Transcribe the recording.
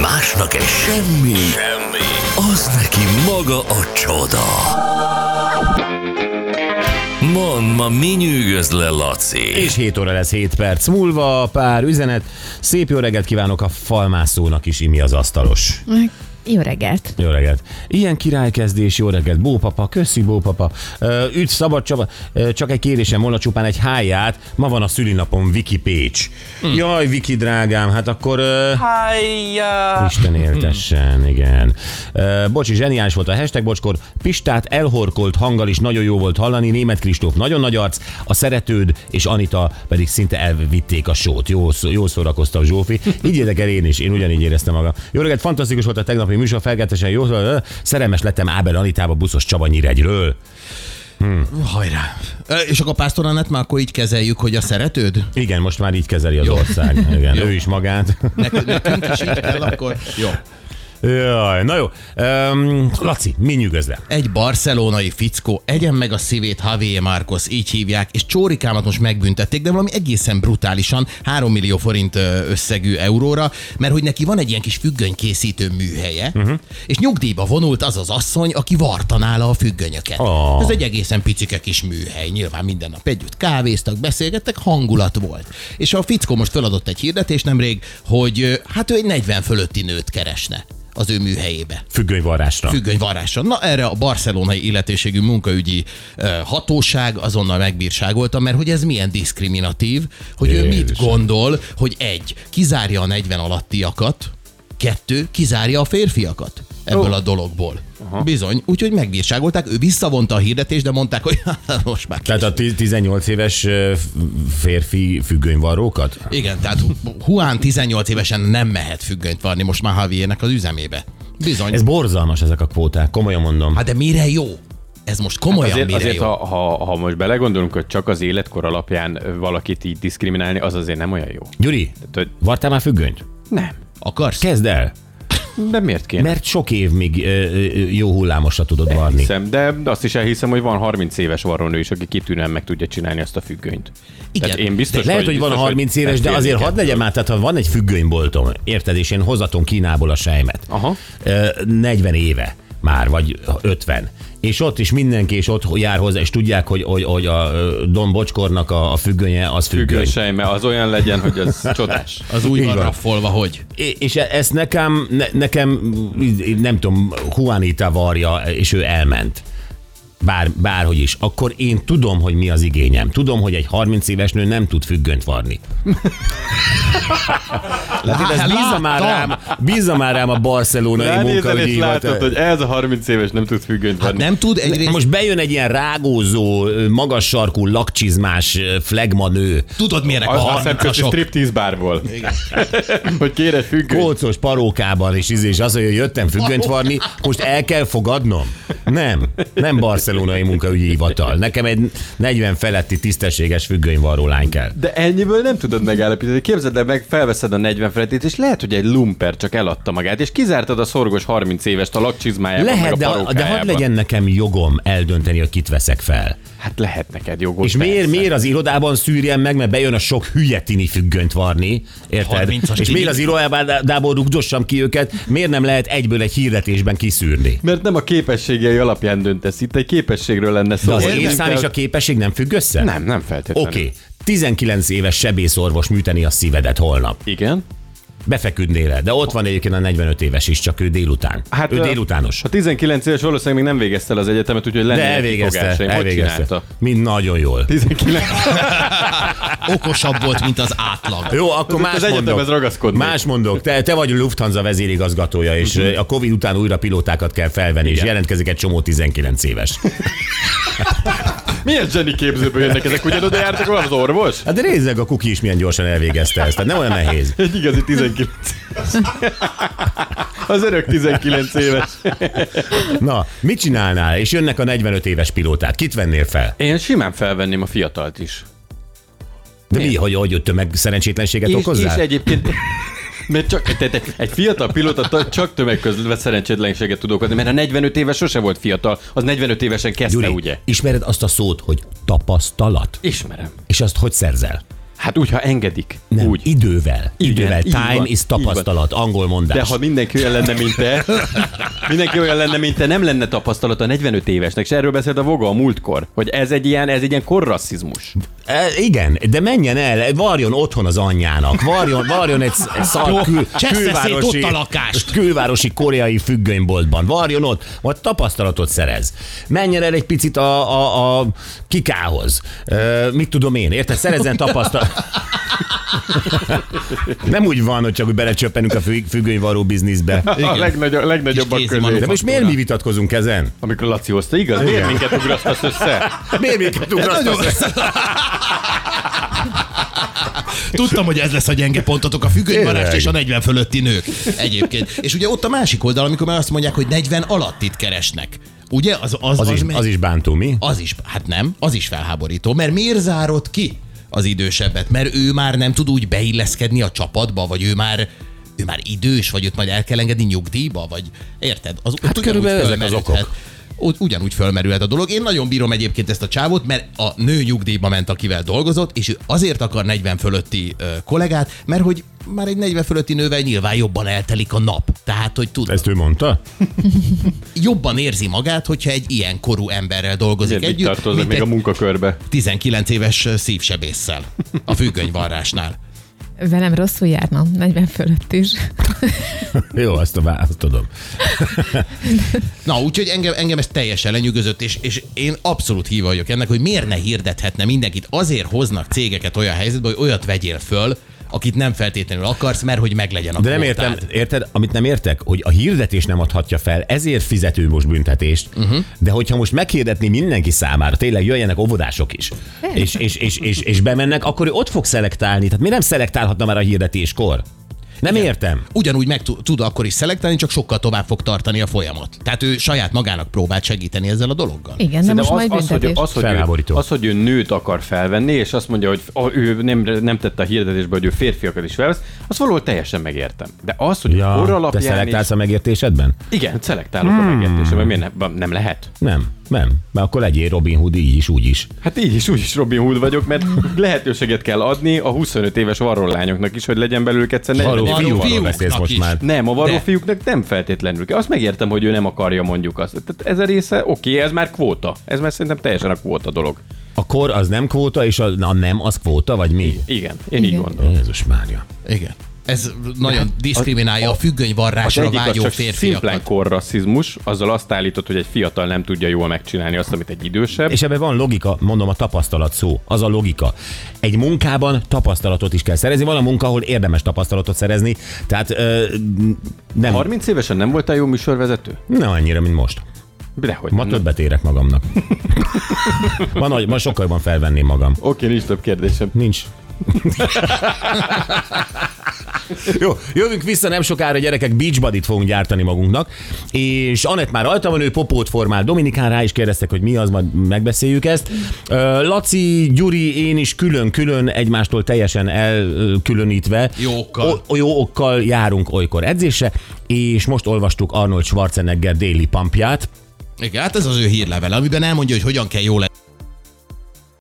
Másnak egy semmi, semmi, az neki maga a csoda. Mond, ma mi nyűgöz le, Laci? És 7 óra lesz 7 perc múlva, pár üzenet. Szép jó reggelt kívánok a falmászónak is, imi az asztalos. Jó reggelt. Jó reggelt. Ilyen királykezdés, jó reggelt. Bópapa, köszi bópapa. Ö, Üdv, szabad Csaba. Ö, Csak egy kérésem volna csupán egy háját. Ma van a szülinapom Viki Pécs. Jaj, Viki drágám, hát akkor... Ö... Hájjá! Isten éltessen, igen. Ö, Bocsi, zseniális volt a hashtag, bocskor. Pistát elhorkolt hanggal is nagyon jó volt hallani. Német Kristóf nagyon nagy arc, a szeretőd és Anita pedig szinte elvitték a sót. Jó, szó- jó szórakoztam, Zsófi. Így értek el én is, én ugyanígy éreztem magam. Jó reggelt, fantasztikus volt a tegnapi műsor, felkeltesen jó. ö, Szerelmes lettem Ábel Anitába buszos Csaba Nyíregyről. Hmm. Hajrá. Ö, És akkor Pásztor Anett már akkor így kezeljük, hogy a szeretőd? Igen, most már így kezeli az ország. Igen, ő is magát. Nek- nekünk is így kell, akkor jó. Jaj, na jó. Um, Laci, mi nyűgöz le? Egy barcelonai fickó, egyen meg a szívét Javier Marcos, így hívják, és Csórikámat most megbüntették, de valami egészen brutálisan, 3 millió forint ö, összegű euróra, mert hogy neki van egy ilyen kis függönykészítő műhelye, uh-huh. és nyugdíjba vonult az az asszony, aki varta nála a függönyöket. Ah. Ez egy egészen picike kis műhely, nyilván minden nap együtt kávéztak, beszélgettek, hangulat volt. És a fickó most feladott egy hirdetést nemrég, hogy ö, hát ő egy 40 fölötti nőt keresne az ő műhelyébe Függönyvarrásra. függönyvarrással. Na erre a barcelonai illetőségű munkaügyi ö, hatóság azonnal megbírságolta, mert hogy ez milyen diszkriminatív, hogy ő mit Jézusom. gondol, hogy egy, kizárja a 40 alattiakat, kettő, kizárja a férfiakat ebből a dologból. Bizony, úgyhogy megbírságolták, ő visszavonta a hirdetést, de mondták, hogy hát most már Tehát a 10 18 éves ö, f- férfi függönyvarrókat? Igen, tehát Juan 18 évesen nem mehet függönyt varni most már Javiernek az üzemébe. Bizony. Ez borzalmas ezek a kvóták, komolyan mondom. Hát de mire jó? Ez most komolyan Hát Azért, mire azért jó? ha, ha, ha most belegondolunk, hogy csak az életkor alapján valakit így diszkriminálni, az azért nem olyan jó. Gyuri, hogy- vartál már függönyt? Nem. Akarsz? Kezd el, De miért kéne? mert sok év még ö, ö, jó hullámosra tudod varni. Hiszem, de azt is elhiszem, hogy van 30 éves varrónő is, aki kitűnően meg tudja csinálni azt a függönyt. Igen. Tehát én biztos, Lehet, hogy van biztos, 30 éves, de megfélnék azért hadd ettől. legyen már, tehát ha van egy függönyboltom, érted, és én hozatom Kínából a sejmet. Aha. Ö, 40 éve már, vagy 50. És ott is mindenki, és ott jár hozzá, és tudják, hogy, hogy, hogy a ö, Don Bocskornak a, a függönye, az függöny. Függöny sejme, az olyan legyen, hogy az csodás. Az úgy Így van van. raffolva, hogy É- és e- ezt nekem, ne, nekem így- nem tudom, Juanita varja, és ő elment. Bár, bárhogy is, akkor én tudom, hogy mi az igényem. Tudom, hogy egy 30 éves nő nem tud függönyt varni. Látod, ez bízza már Láttam. rám, bízza már rám a barcelonai Ránézel munkaügyi és látod, hivatal. hogy ez a 30 éves nem tud függönyt hát venni. nem tud egyrészt... Most Most bejön egy ilyen rágózó, magas sarkú, lakcsizmás flegma nő, tudod, milyenek a Az a szemközi harcasok. striptease bárból. hogy kéne függönyt. kolcos parókában is, izé, és az, hogy jöttem függönyt varni, most el kell fogadnom? Nem, nem barcelonai munkaügyi hivatal. Nekem egy 40 feletti tisztességes függönyvarró lány kell. De ennyiből nem tudod megállapítani. Képzeld el, meg felveszed a 40 felettét, és lehet, hogy egy lumper csak eladta magát, és kizártad a szorgos 30 évest a lakcsizmájában, meg Lehet, a de, de hadd parókájában. legyen nekem jogom eldönteni, hogy kit veszek fel. Hát lehet neked jogod. És miért, persze. miért az irodában szűrjem meg, mert bejön a sok hülye tini függönyt varni, érted? 30-as És tini. miért az irodából rugdossam ki őket, miért nem lehet egyből egy hirdetésben kiszűrni? Mert nem a képességei alapján döntesz. Itt egy képességről lenne szó. De az Hogy évszám kell- és a képesség nem függ össze? Nem, nem feltétlenül. Oké, okay. 19 éves sebészorvos műteni a szívedet holnap. Igen. Befeküdnél le, de ott van egyébként a 45 éves is, csak ő délután. Hát, ő ö, délutános. Ha 19 éves, valószínűleg még nem végezte el az egyetemet, úgyhogy lenne De elvégezte, elvégezte. Mind nagyon jól. 19. Okosabb volt, mint az átlag. Jó, akkor más az mondok. egyetemhez ragaszkodnék. Mhm. Más mondok. Te, te vagy a Lufthansa vezérigazgatója, és ö, a Covid után újra pilótákat kell felvenni, és jelentkezik egy csomó 19 éves. Milyen zseni képzőből jönnek ezek? Ugyanoda jártak van az orvos? Hát de nézd meg, a kuki is milyen gyorsan elvégezte ezt. Tehát nem olyan nehéz. Egy igazi 19 Az örök 19 éves. Na, mit csinálnál? És jönnek a 45 éves pilóták. Kit vennél fel? Én simán felvenném a fiatalt is. De mi, hogy, hogy tömeg szerencsétlenséget És, és okozzál? egyébként... Mert csak, tehát egy, egy fiatal pilóta ta- csak tömegközlve szerencsétlenséget tud okozni, mert a 45 éves sose volt fiatal, az 45 évesen kezdte, Gyuri, ugye? ismered azt a szót, hogy tapasztalat? Ismerem. És azt hogy szerzel? Hát úgy, ha engedik. Nem, Úgy. idővel. Idővel. így Time van, is így van. tapasztalat, angol mondás. De ha mindenki olyan lenne, mint te, mindenki olyan lenne, mint te, nem lenne tapasztalata 45 évesnek, és erről beszélt a Voga a múltkor, hogy ez egy ilyen, ez egy ilyen korrasszizmus. E, igen, de menjen el, varjon otthon az anyjának, varjon, varjon egy, sz- egy szar kül, csessze szét ott a lakást. külvárosi koreai függönyboltban, varjon ott, vagy tapasztalatot szerez. Menjen el egy picit a, a, a kikához. E, mit tudom én, érted? Szerezzen tapasztalat. Nem úgy van, hogy csak úgy belecsöppenünk a függ, függönyvaró bizniszbe. A legnagyobb, legnagyobbak Kis kézi közé. De manufak- most miért mi vitatkozunk ezen? Amikor Laci hozta, igaz? Hát Miért minket ugrasztasz össze? Miért minket ugrasztasz? Tudtam, hogy ez lesz a gyenge pontotok, a függönyvarást Tényleg. és a 40 fölötti nők egyébként. És ugye ott a másik oldal, amikor már azt mondják, hogy 40 alattit keresnek. Ugye? Az, az, Az is, megy. az is bántó, mi? Az is, hát nem, az is felháborító, mert miért zárod ki az idősebbet? Mert ő már nem tud úgy beilleszkedni a csapatba, vagy ő már ő már idős, vagy őt majd el kell engedni nyugdíjba, vagy érted? Az, hát körülbelül ezek az okok. Ugyanúgy fölmerülhet a dolog. Én nagyon bírom egyébként ezt a csávot, mert a nő nyugdíjba ment, akivel dolgozott, és ő azért akar 40 fölötti ö, kollégát, mert hogy már egy 40 fölötti nővel nyilván jobban eltelik a nap. Tehát, hogy tud, Ezt ő mondta? jobban érzi magát, hogyha egy ilyen korú emberrel dolgozik Miért így együtt, tartoznak még egy a munkakörbe? 19 éves szívsebésszel a függönyvarrásnál. Velem rosszul járna, 40 fölött is. Jó, azt, a, azt tudom. Na, úgyhogy engem, engem ez teljesen lenyűgözött, és, és én abszolút híva vagyok ennek, hogy miért ne hirdethetne mindenkit. Azért hoznak cégeket olyan helyzetbe, hogy olyat vegyél föl, akit nem feltétlenül akarsz, mert hogy meglegyen a De nem kvótád. értem, érted, amit nem értek, hogy a hirdetés nem adhatja fel, ezért fizető most büntetést, uh-huh. de hogyha most meghirdetni mindenki számára, tényleg jöjjenek óvodások is, és, és, és, és, és bemennek, akkor ő ott fog szelektálni. Tehát mi nem szelektálhatna már a hirdetéskor? Nem Igen. értem. Ugyanúgy meg tu- tud akkor is szelektálni, csak sokkal tovább fog tartani a folyamat. Tehát ő saját magának próbált segíteni ezzel a dologgal. Igen, de most Szerintem majd az, az, hogy, büntetés. az, hogy ő, Felháborító. az, hogy ő nőt akar felvenni, és azt mondja, hogy a- ő nem, nem tette a hirdetésbe, hogy ő férfiakat is felvesz, azt valahol teljesen megértem. De az, hogy ja, orra te alapján is... szelektálsz a megértésedben? Igen, szelektálok hmm. a megértésemben, miért nem, nem lehet? Nem, nem. Mert akkor legyél Robin Hood így is, úgy is. Hát így is, úgy is Robin Hood vagyok, mert lehetőséget kell adni a 25 éves varrólányoknak is, hogy legyen belőlük egyszer Való 40 fiúknak fiúkról beszélsz is. most már. Nem, a varró De. fiúknak nem feltétlenül kell. Azt megértem, hogy ő nem akarja mondjuk azt. Tehát ez a része, oké, ez már kvóta. Ez már szerintem teljesen a kvóta dolog. A kor az nem kvóta, és a, a nem az kvóta, vagy mi? Igen, én Igen. így Igen. gondolom. Jézus Mária. Igen. Ez nagyon diszkriminálja a, a Az függönyvarrásra egyik az vágyó csak férfiakat. szimplán korrasszizmus, azzal azt állítod, hogy egy fiatal nem tudja jól megcsinálni azt, amit egy idősebb. És ebben van logika, mondom a tapasztalat szó, az a logika. Egy munkában tapasztalatot is kell szerezni, van a munka, ahol érdemes tapasztalatot szerezni, tehát ö, nem, 30 évesen nem voltál jó műsorvezető? nem annyira, mint most. Dehogy. Ma nem. többet érek magamnak. ma, nagy, ma sokkal jobban felvenném magam. Oké, nincs több kérdésem. Nincs. Jó, jövünk vissza nem sokára, gyerekek, beachbody-t fogunk gyártani magunknak, és Anett már rajta van, ő popót formál. Dominikán rá is kérdeztek, hogy mi az, majd megbeszéljük ezt. Ö, Laci, Gyuri, én is külön-külön egymástól teljesen elkülönítve. Jó okkal. O- jó okkal járunk olykor edzésre, és most olvastuk Arnold Schwarzenegger déli pampját. Igen, hát ez az ő hírlevele, amiben elmondja, hogy hogyan kell jól